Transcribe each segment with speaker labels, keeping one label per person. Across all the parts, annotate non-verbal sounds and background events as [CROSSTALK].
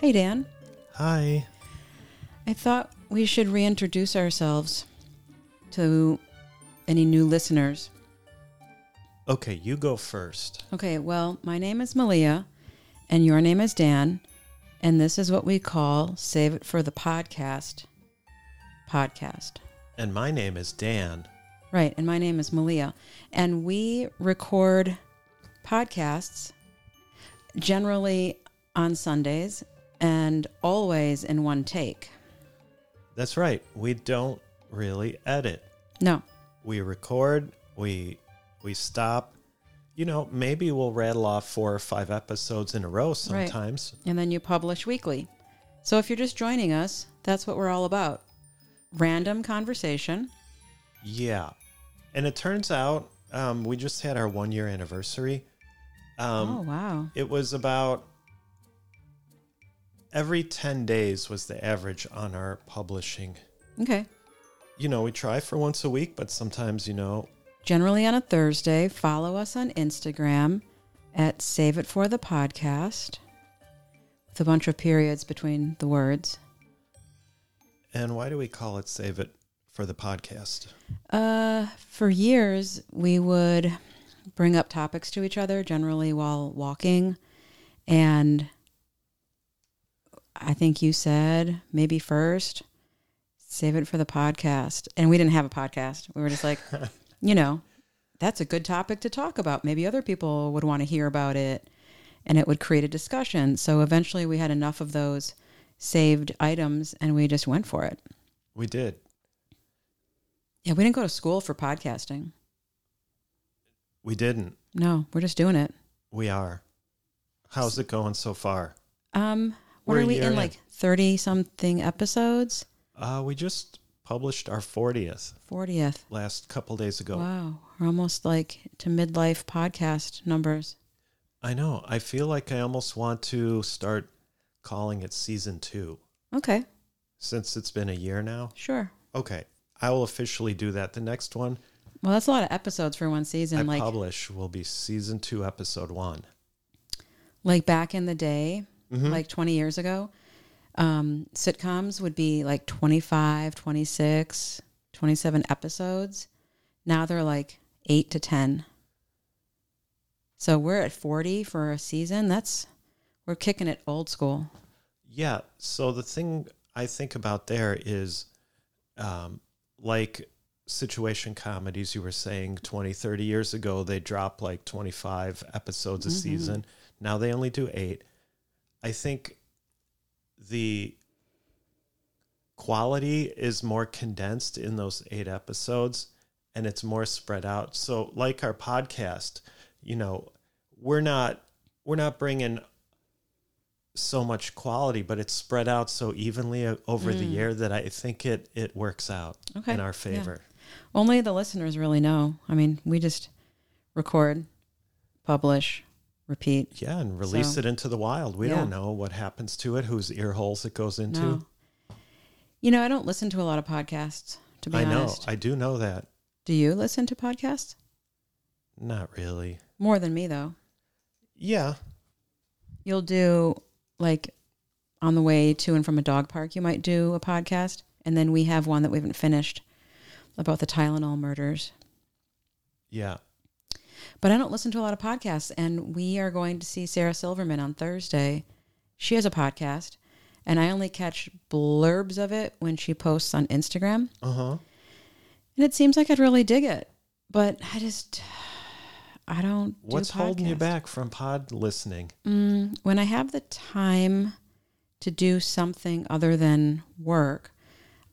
Speaker 1: Hey, Dan.
Speaker 2: Hi.
Speaker 1: I thought we should reintroduce ourselves to any new listeners.
Speaker 2: Okay, you go first.
Speaker 1: Okay, well, my name is Malia, and your name is Dan, and this is what we call Save It for the Podcast podcast.
Speaker 2: And my name is Dan.
Speaker 1: Right, and my name is Malia, and we record podcasts generally on Sundays and always in one take.
Speaker 2: That's right. We don't really edit.
Speaker 1: No,
Speaker 2: We record, we we stop. You know, maybe we'll rattle off four or five episodes in a row
Speaker 1: Right.
Speaker 2: sometimes.
Speaker 1: and then you publish weekly. So if you're just joining us, that's what we're all about. Random conversation.
Speaker 2: Yeah. And it turns out um, we just had our one year anniversary. Um,
Speaker 1: oh, wow.
Speaker 2: It was about every 10 days was the average on our publishing.
Speaker 1: Okay.
Speaker 2: You know, we try for once a week, but sometimes, you know,
Speaker 1: Generally on a Thursday, follow us on Instagram at Save It For The Podcast with a bunch of periods between the words.
Speaker 2: And why do we call it Save It for the podcast?
Speaker 1: Uh, for years, we would bring up topics to each other, generally while walking. And I think you said maybe first, save it for the podcast. And we didn't have a podcast. We were just like, you know, that's a good topic to talk about. Maybe other people would want to hear about it and it would create a discussion. So eventually, we had enough of those saved items and we just went for it.
Speaker 2: We did.
Speaker 1: Yeah, we didn't go to school for podcasting.
Speaker 2: We didn't.
Speaker 1: No, we're just doing it.
Speaker 2: We are. How's it going so far?
Speaker 1: Um, what
Speaker 2: We're
Speaker 1: are
Speaker 2: a
Speaker 1: we
Speaker 2: year
Speaker 1: in
Speaker 2: in.
Speaker 1: like thirty something episodes?
Speaker 2: Uh, we just published our 40th
Speaker 1: Fortieth.
Speaker 2: last couple days ago.
Speaker 1: Wow, we're almost like to midlife podcast numbers.
Speaker 2: I know. I feel like I almost want to start calling it season two
Speaker 1: Okay,
Speaker 2: since it's been a year now.
Speaker 1: sure.
Speaker 2: Okay. I will officially do that. The next one
Speaker 1: Well, that's a lot of episodes for one season.
Speaker 2: I
Speaker 1: like,
Speaker 2: publish will be season two, episode one.
Speaker 1: like back in the day,
Speaker 2: Mm-hmm.
Speaker 1: like twenty years ago, um, sitcoms would be like 25, 26, 27 episodes. Now they're like eight to ten. So we're at forty for a season. That's we're kicking it old school.
Speaker 2: Yeah. So the thing I think about there is um, like situation comedies, you were saying 20, 30 years ago, they dropped like 25 episodes a season. Now they only do eight. I think the quality is more condensed in those eight episodes and it's more spread out. So like our podcast, you know, we're not we're not bringing so much quality, but it's spread out so evenly o- over the year that I think it it works out
Speaker 1: Mm. Okay.
Speaker 2: in our
Speaker 1: Yeah.
Speaker 2: favor.
Speaker 1: Only the listeners really know. I mean, we just record, publish, repeat.
Speaker 2: Yeah, and release
Speaker 1: So-
Speaker 2: it into the wild. We
Speaker 1: Yeah.
Speaker 2: don't know what happens to it, whose ear holes it goes into.
Speaker 1: No. You know, I don't listen to a lot of podcasts, to be
Speaker 2: I know.
Speaker 1: honest.
Speaker 2: I do know that.
Speaker 1: Do you listen to podcasts?
Speaker 2: Not really.
Speaker 1: More than me, though.
Speaker 2: Yeah.
Speaker 1: You'll do, like, on the way to and from a dog park, you might do a podcast. And then we have one that we haven't finished about the Tylenol murders.
Speaker 2: Yeah.
Speaker 1: But I don't listen to a lot of podcasts. And we are going to see Sarah Silverman on Thursday. She has a podcast, and I only catch blurbs of it when she posts on Instagram.
Speaker 2: Uh-huh.
Speaker 1: And it seems like I'd really dig it, but I just, [SIGHS] I don't. do
Speaker 2: What's holding you
Speaker 1: podcasts.
Speaker 2: back from pod listening?
Speaker 1: Mm, when I have the time to do something other than work,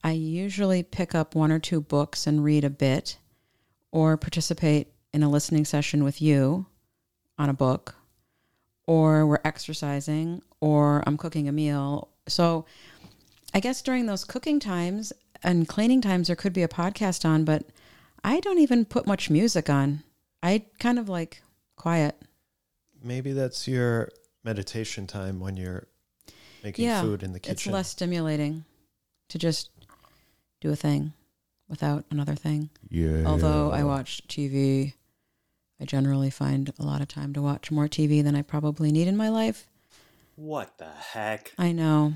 Speaker 1: I usually pick up one or two books and read a bit or participate in a listening session with you on a book or we're exercising or I'm cooking a meal. So I guess during those cooking times and cleaning times there could be a podcast on, but I don't even put much music on. I kind of like quiet.
Speaker 2: Maybe that's your meditation time when you're making food in the kitchen.
Speaker 1: It's less stimulating to just do a thing without another thing.
Speaker 2: yeah.
Speaker 1: Although I watch TV, I generally find a lot of time to watch more TV than I probably need in my life.
Speaker 3: what the heck?
Speaker 1: I know.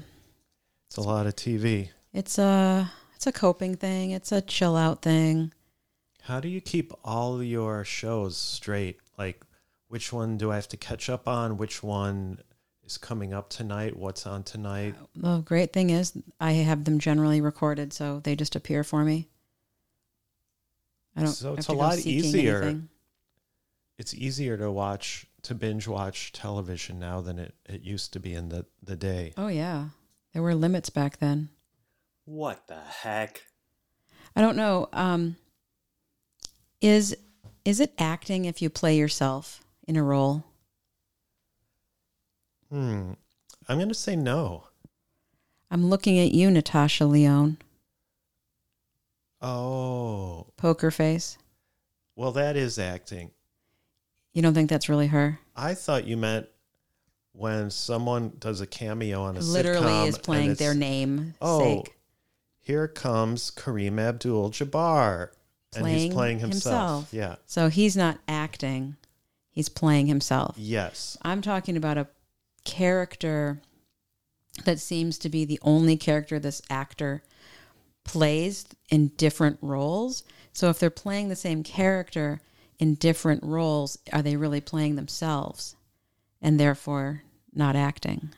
Speaker 2: It's a lot of TV.
Speaker 1: It's a it's a coping thing. It's a chill out thing.
Speaker 2: How do you keep all your shows straight? Like, which one do I have to catch up on? Which one is coming up tonight? What's on tonight?
Speaker 1: The great thing is I have them generally recorded, so they just appear for me. I don't.
Speaker 2: So
Speaker 1: have
Speaker 2: it's
Speaker 1: to
Speaker 2: a
Speaker 1: go
Speaker 2: lot
Speaker 1: seeking
Speaker 2: easier.
Speaker 1: anything.
Speaker 2: It's easier to watch, to binge watch television now than it, it used to be in the, the day.
Speaker 1: Oh yeah, there were limits back then.
Speaker 3: What the heck?
Speaker 1: I don't know. Um, is is it acting if you play yourself in a role?
Speaker 2: Hmm. I'm going to say no.
Speaker 1: I'm looking at you, Natasha Leone,
Speaker 2: Oh,
Speaker 1: poker face.
Speaker 2: well, that is acting.
Speaker 1: You don't think that's really her?
Speaker 2: I thought you meant when someone does a cameo on a
Speaker 1: Literally
Speaker 2: sitcom
Speaker 1: is
Speaker 2: and
Speaker 1: playing
Speaker 2: it's,
Speaker 1: their name.
Speaker 2: Oh,
Speaker 1: sake.
Speaker 2: here comes Kareem Abdul-Jabbar, and
Speaker 1: Playing
Speaker 2: he's playing himself.
Speaker 1: himself.
Speaker 2: Yeah.
Speaker 1: So he's not acting; he's playing himself.
Speaker 2: Yes.
Speaker 1: I'm talking about a character that seems to be the only character this actor plays in different roles. So if they're playing the same character in different roles, are they really playing themselves and therefore not acting?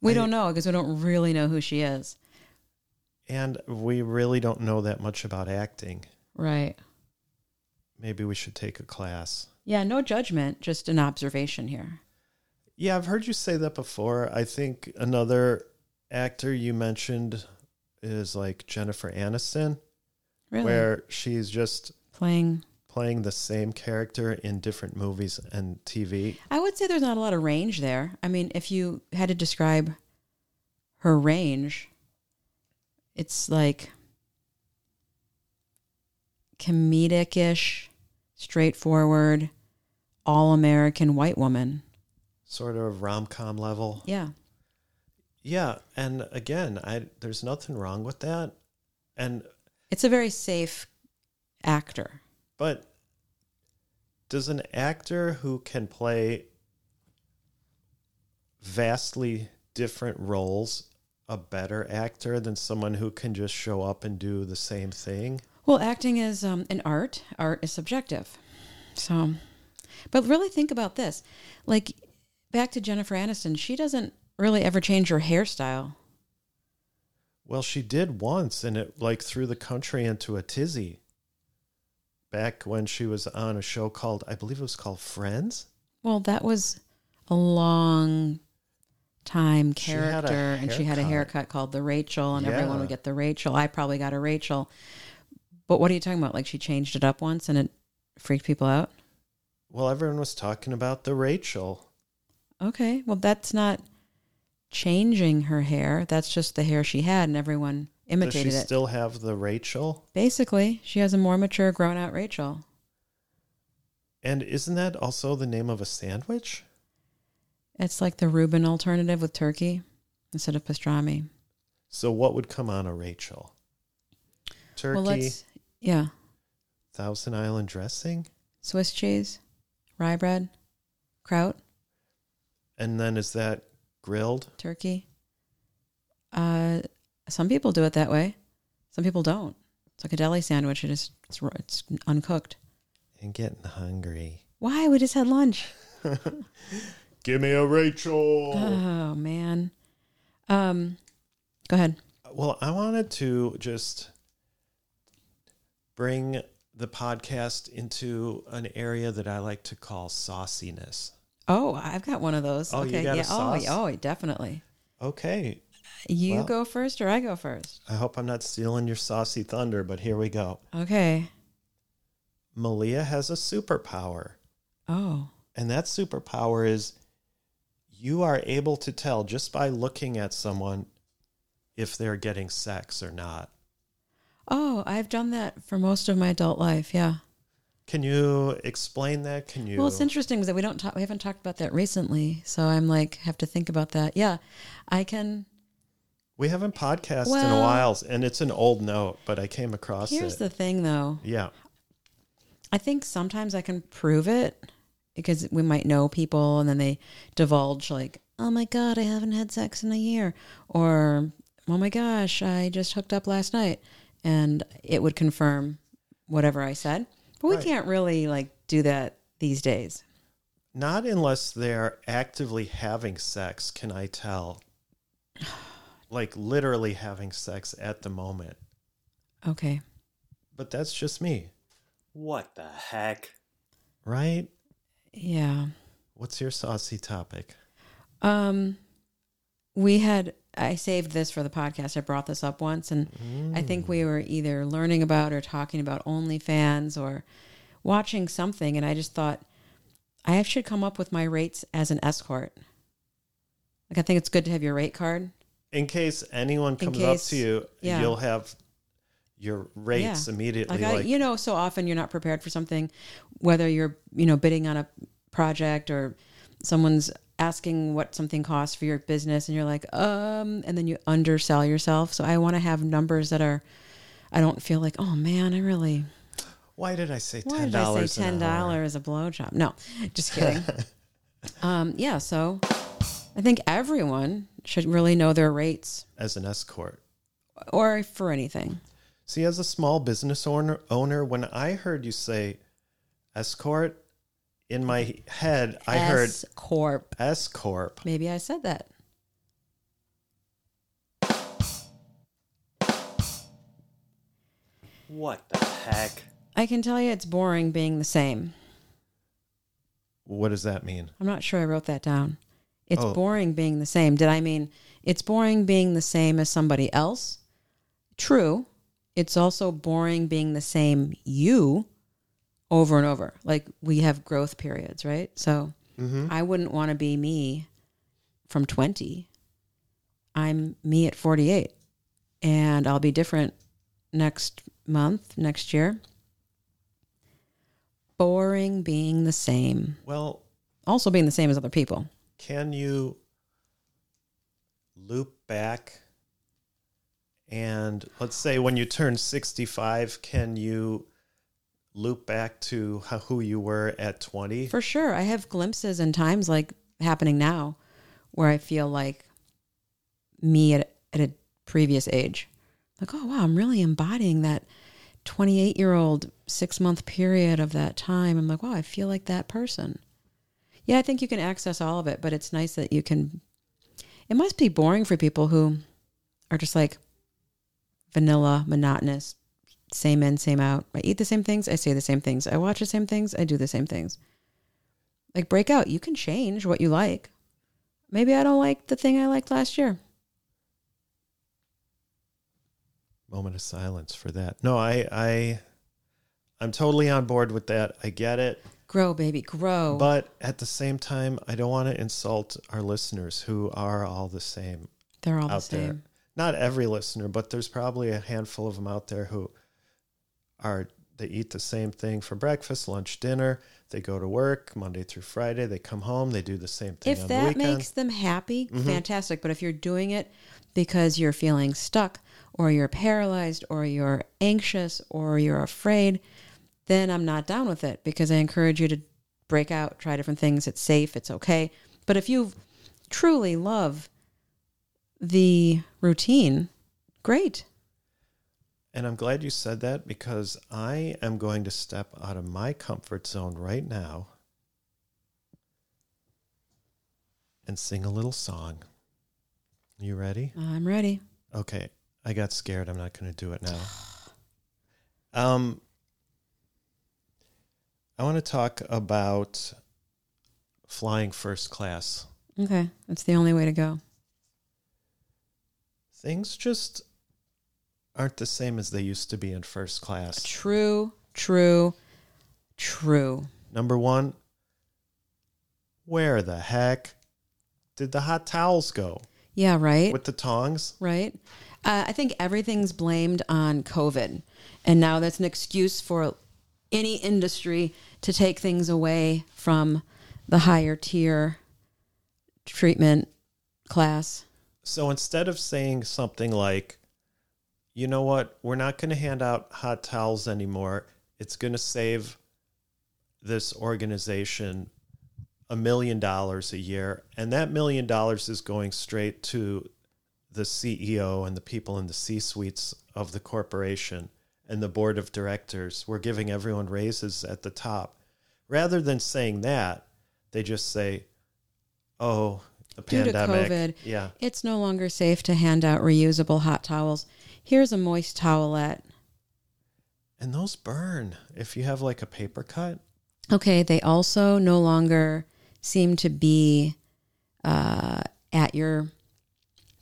Speaker 1: We
Speaker 2: I-
Speaker 1: don't know because we don't really know who she is.
Speaker 2: And we really don't know that much about acting.
Speaker 1: Right.
Speaker 2: Maybe we should take a class.
Speaker 1: Yeah, no judgment, just an observation here.
Speaker 2: Yeah, I've heard you say that before. I think another actor you mentioned is like Jennifer Aniston,
Speaker 1: Really.
Speaker 2: where she's just
Speaker 1: playing
Speaker 2: playing the same character in different movies and TV.
Speaker 1: I would say there's not a lot of range there. I mean, if you had to describe her range, it's like comedic ish, straightforward, all American white woman.
Speaker 2: sort of rom com level.
Speaker 1: Yeah.
Speaker 2: Yeah, and again, I there's nothing wrong with that. And
Speaker 1: It's a very safe actor.
Speaker 2: but does an actor who can play vastly different roles a better actor than someone who can just show up and do the same thing?
Speaker 1: Well, acting is um, an art. Art is subjective. So, but really think about this. Like, back to Jennifer Aniston, she doesn't really ever change her hairstyle.
Speaker 2: Well, she did once and it like threw the country into a tizzy. Back when she was on a show called I believe it was called Friends.
Speaker 1: Well, that was a long time
Speaker 2: She had a
Speaker 1: character, and she had a
Speaker 2: haircut.
Speaker 1: haircut called the Rachel, and everyone
Speaker 2: Yeah.
Speaker 1: would get the Rachel. I probably got a Rachel, but what are you talking about? Like she changed it up once, and it freaked people out.
Speaker 2: Well, everyone was talking about the Rachel.
Speaker 1: Okay, well that's not changing her hair. That's just the hair she had, and everyone imitated
Speaker 2: Does she
Speaker 1: it.
Speaker 2: still have the Rachel?
Speaker 1: Basically, she has a more mature, grown-out Rachel.
Speaker 2: And isn't that also the name of a sandwich?
Speaker 1: It's like the Reuben alternative with turkey instead of pastrami.
Speaker 2: So what would come on a Rachel? Turkey,
Speaker 1: yeah,
Speaker 2: Thousand Island dressing,
Speaker 1: Swiss cheese, rye bread, kraut,
Speaker 2: and then is that grilled?
Speaker 1: turkey. Uh, some people do it that way. Some people don't. It's like a deli sandwich. It is it's, ru- it's uncooked.
Speaker 2: And getting hungry.
Speaker 1: Why? We just had lunch.
Speaker 2: Give me a Rachel.
Speaker 1: [LAUGHS] Oh man. Um, go ahead.
Speaker 2: Well, I wanted to just bring the podcast into an area that I like to call sauciness.
Speaker 1: Oh, I've got one of those.
Speaker 2: Oh, you
Speaker 1: okay.
Speaker 2: got a
Speaker 1: yeah.
Speaker 2: sauce?
Speaker 1: Oh, oh, definitely.
Speaker 2: Okay,
Speaker 1: You
Speaker 2: Well-
Speaker 1: go first, or I go first.
Speaker 2: I hope I'm not stealing your saucy thunder, but here we go.
Speaker 1: Okay.
Speaker 2: Malia has a superpower,
Speaker 1: Oh.
Speaker 2: and that superpower is you are able to tell just by looking at someone if they're getting sex or not.
Speaker 1: Oh, I've done that for most of my adult life. Yeah.
Speaker 2: Can you explain that? Can you?
Speaker 1: Well, it's interesting because we don't talk, we haven't talked about that recently. So I'm like, have to think about that. Yeah, I can.
Speaker 2: we haven't podcast in a
Speaker 1: Well-
Speaker 2: while, and it's an old note, but I came across
Speaker 1: Here's
Speaker 2: it.
Speaker 1: the thing, though.
Speaker 2: yeah,
Speaker 1: I think sometimes I can prove it, because we might know people and then they divulge like, "Oh my god, I haven't had sex in a year," or "Oh my gosh, I just hooked up last night," and it would confirm whatever I said. But we
Speaker 2: Right.
Speaker 1: can't really like do that these days.
Speaker 2: Not unless they're actively having sex, can I tell. Like literally having sex at the moment.
Speaker 1: Okay.
Speaker 2: But that's just me,
Speaker 3: What the heck?
Speaker 2: right?
Speaker 1: Yeah.
Speaker 2: What's your saucy topic?
Speaker 1: Um, we had I saved this for the podcast. I brought this up once, and I think we were either learning about or talking about OnlyFans or watching something, and I just thought I should come up with my rates as an escort. Like I think it's good to have your rate card.
Speaker 2: In case anyone comes
Speaker 1: case-
Speaker 2: up to you,
Speaker 1: yeah.
Speaker 2: you'll have your rates immediately.
Speaker 1: Like, I,
Speaker 2: like,
Speaker 1: you know, so often you're not prepared for something, whether you're you know bidding on a project or someone's asking what something costs for your business, and you're like, um, and then you undersell yourself. So I want to have numbers that are, I don't feel like, oh man, I really
Speaker 2: why did I say
Speaker 1: why
Speaker 2: ten
Speaker 1: did I
Speaker 2: dollars?
Speaker 1: say ten dollars a blowjob? No,
Speaker 2: [LAUGHS]
Speaker 1: just kidding. um, yeah, so I think everyone should really know their rates
Speaker 2: as an escort?
Speaker 1: or for anything.
Speaker 2: See, as a small business owner, owner, when I heard you say escort, in my head, I heard
Speaker 1: S corp.
Speaker 2: S corp.
Speaker 1: Maybe I said that.
Speaker 3: What the heck?
Speaker 1: I can tell you it's boring being the same.
Speaker 2: What does that mean?
Speaker 1: I'm not sure I wrote that down. It's
Speaker 2: Oh.
Speaker 1: boring being the same. Did I mean it's boring being the same as somebody else? True. It's also boring being the same you over and over. Like we have growth periods, right? So I wouldn't want to be me from 20. I'm me at 48 and I'll be different next month, next year. Boring being the same
Speaker 2: Well,
Speaker 1: also being the same as other people.
Speaker 2: can you loop back and let's say when you turn 65 can you loop back to how, who you were at 20
Speaker 1: For sure. I have glimpses and times like happening now where I feel like me at, at a previous age. Like, oh, wow, I'm really embodying that 28 year old six month period of that time. I'm like, wow, I feel like that person. Yeah, I think you can access all of it, but it's nice that you can. It must be boring for people who are just like vanilla, monotonous, same in, same out. I eat the same things. I say the same things. I watch the same things. I do the same things. Like break out. You can change what you like. Maybe I don't like the thing I liked last year.
Speaker 2: moment of silence for that no i i i'm totally on board with that i get it
Speaker 1: Grow, baby, grow.
Speaker 2: but at the same time i don't want to insult our listeners who are all the same
Speaker 1: They're all the
Speaker 2: out
Speaker 1: same.
Speaker 2: there. Not every listener, but there's probably a handful of them out there who are they eat the same thing for breakfast, lunch, dinner. They go to work Monday through Friday. They come home. They do the same thing
Speaker 1: If that
Speaker 2: on the weekend. Mm-hmm.
Speaker 1: makes them happy, fantastic. But if you're doing it because you're feeling stuck or you're paralyzed or you're anxious or you're afraid, then I'm not down with it because I encourage you to break out, try different things. It's safe, it's okay. But if you truly love the routine, great.
Speaker 2: and I'm glad you said that because I am going to step out of my comfort zone right now and sing a little song. You ready?
Speaker 1: I'm ready.
Speaker 2: Okay, I got scared. I'm not going to do it now. Um, I want to talk about flying first class.
Speaker 1: Okay. That's the only way to go.
Speaker 2: Things just aren't the same as they used to be in first class.
Speaker 1: True, true, true.
Speaker 2: Number one, where the heck did the hot towels go
Speaker 1: Yeah, right?
Speaker 2: with the tongs?
Speaker 1: right? Uh, I think everything's blamed on COVID. And now that's an excuse for any industry to take things away from the higher tier treatment class.
Speaker 2: So instead of saying something like, you know what, we're not going to hand out hot towels anymore, it's going to save this organization a million dollars a year, and that million dollars is going straight to the CEO and the people in the C suites of the corporation and the board of directors. We're giving everyone raises at the top. Rather than saying that, they just say, "Oh, the
Speaker 1: Due to
Speaker 2: pandemic."
Speaker 1: COVID.
Speaker 2: Yeah,
Speaker 1: It's no longer safe to hand out reusable hot towels. Here's a moist towelette.
Speaker 2: and those burn if you have like a paper cut.
Speaker 1: Okay, they also no longer seem to be uh, at your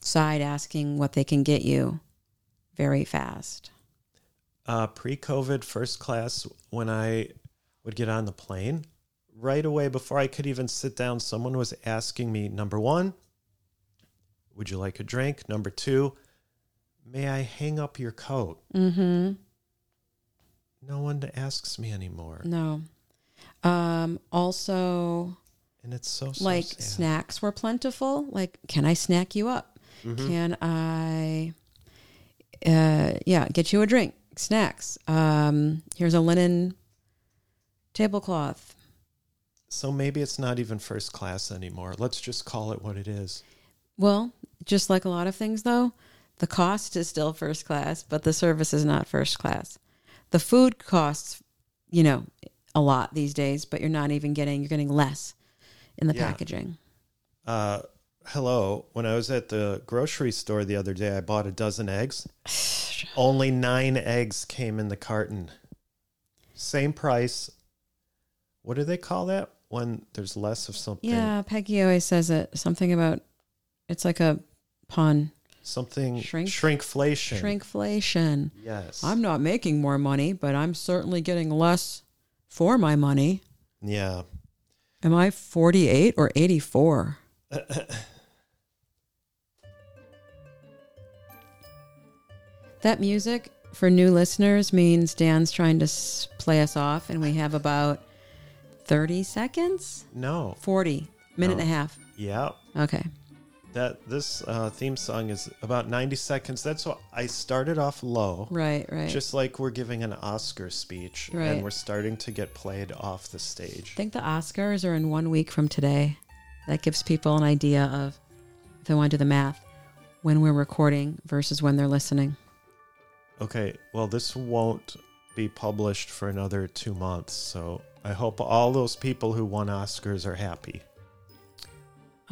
Speaker 1: side asking what they can get you very fast.
Speaker 2: uh, pre-COVID first class when I would get on the plane. Right away before I could even sit down, someone was asking me number one, would you like a drink? Number two, may I hang up your coat?
Speaker 1: Mm-hmm.
Speaker 2: No one asks me anymore,
Speaker 1: No. Um, also,
Speaker 2: and it's so, so
Speaker 1: like
Speaker 2: sad.
Speaker 1: snacks were plentiful. Like, can I snack you up?
Speaker 2: Mm-hmm.
Speaker 1: Can I, uh, yeah, get you a drink, snacks? Um, here's a linen tablecloth.
Speaker 2: So maybe it's not even first class anymore. Let's just call it what it is.
Speaker 1: Well, just like a lot of things, though, the cost is still first class, but the service is not first class. The food costs, you know, a lot these days, but you're not even getting, you're getting less in the
Speaker 2: Yeah.
Speaker 1: packaging.
Speaker 2: Uh, hello. When I was at the grocery store the other day, I bought a
Speaker 1: [SIGHS]
Speaker 2: dozen eggs. Only nine eggs came in the carton. Same price. What do they call that when there's less of something?
Speaker 1: Yeah, Peggy always says it. Something about it's like a pun.
Speaker 2: Something
Speaker 1: Shrink-
Speaker 2: shrinkflation.
Speaker 1: Shrinkflation.
Speaker 2: Yes.
Speaker 1: I'm not making more money, but I'm certainly getting less for my money.
Speaker 2: yeah.
Speaker 1: Am I 48 or 84? that music for new listeners means Dan's trying to s- play us off, and we have about 30 seconds?
Speaker 2: No.
Speaker 1: 40, minute and a half.
Speaker 2: Yeah.
Speaker 1: Okay.
Speaker 2: That this uh, theme song is about 90 seconds. That's why I started off low.
Speaker 1: Right, right.
Speaker 2: Just like we're giving an Oscar speech
Speaker 1: Right.
Speaker 2: and we're starting to get played off the stage.
Speaker 1: I think the Oscars are in one week from today. That gives people an idea of, if they want to do the math, when we're recording versus when they're listening.
Speaker 2: Okay, well, this won't be published for another two months, so I hope all those people who won Oscars are happy.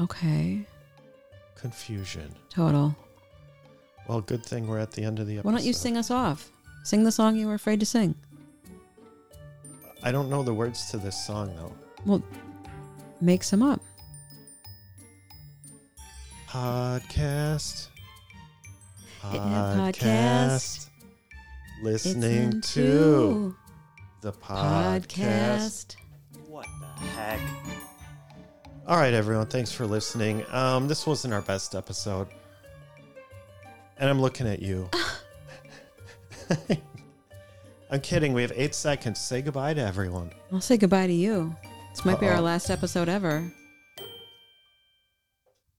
Speaker 1: Okay,
Speaker 2: Confusion.
Speaker 1: total.
Speaker 2: Well, good thing we're at the end of the episode.
Speaker 1: Why don't you sing us off? Sing the song you were afraid to sing.
Speaker 2: I don't know the words to this song, though.
Speaker 1: Well, make some up.
Speaker 2: Podcast.
Speaker 1: Yeah, podcast.
Speaker 2: Listening
Speaker 1: It's
Speaker 2: to
Speaker 1: into
Speaker 2: the podcast.
Speaker 1: podcast.
Speaker 3: What the heck?
Speaker 2: All right, everyone. Thanks for listening. Um, this wasn't our best episode. And I'm looking at you. [LAUGHS] I'm kidding. We have eight seconds. Say goodbye to everyone.
Speaker 1: I'll say goodbye to you. This might be
Speaker 2: Uh-oh.
Speaker 1: our last episode ever.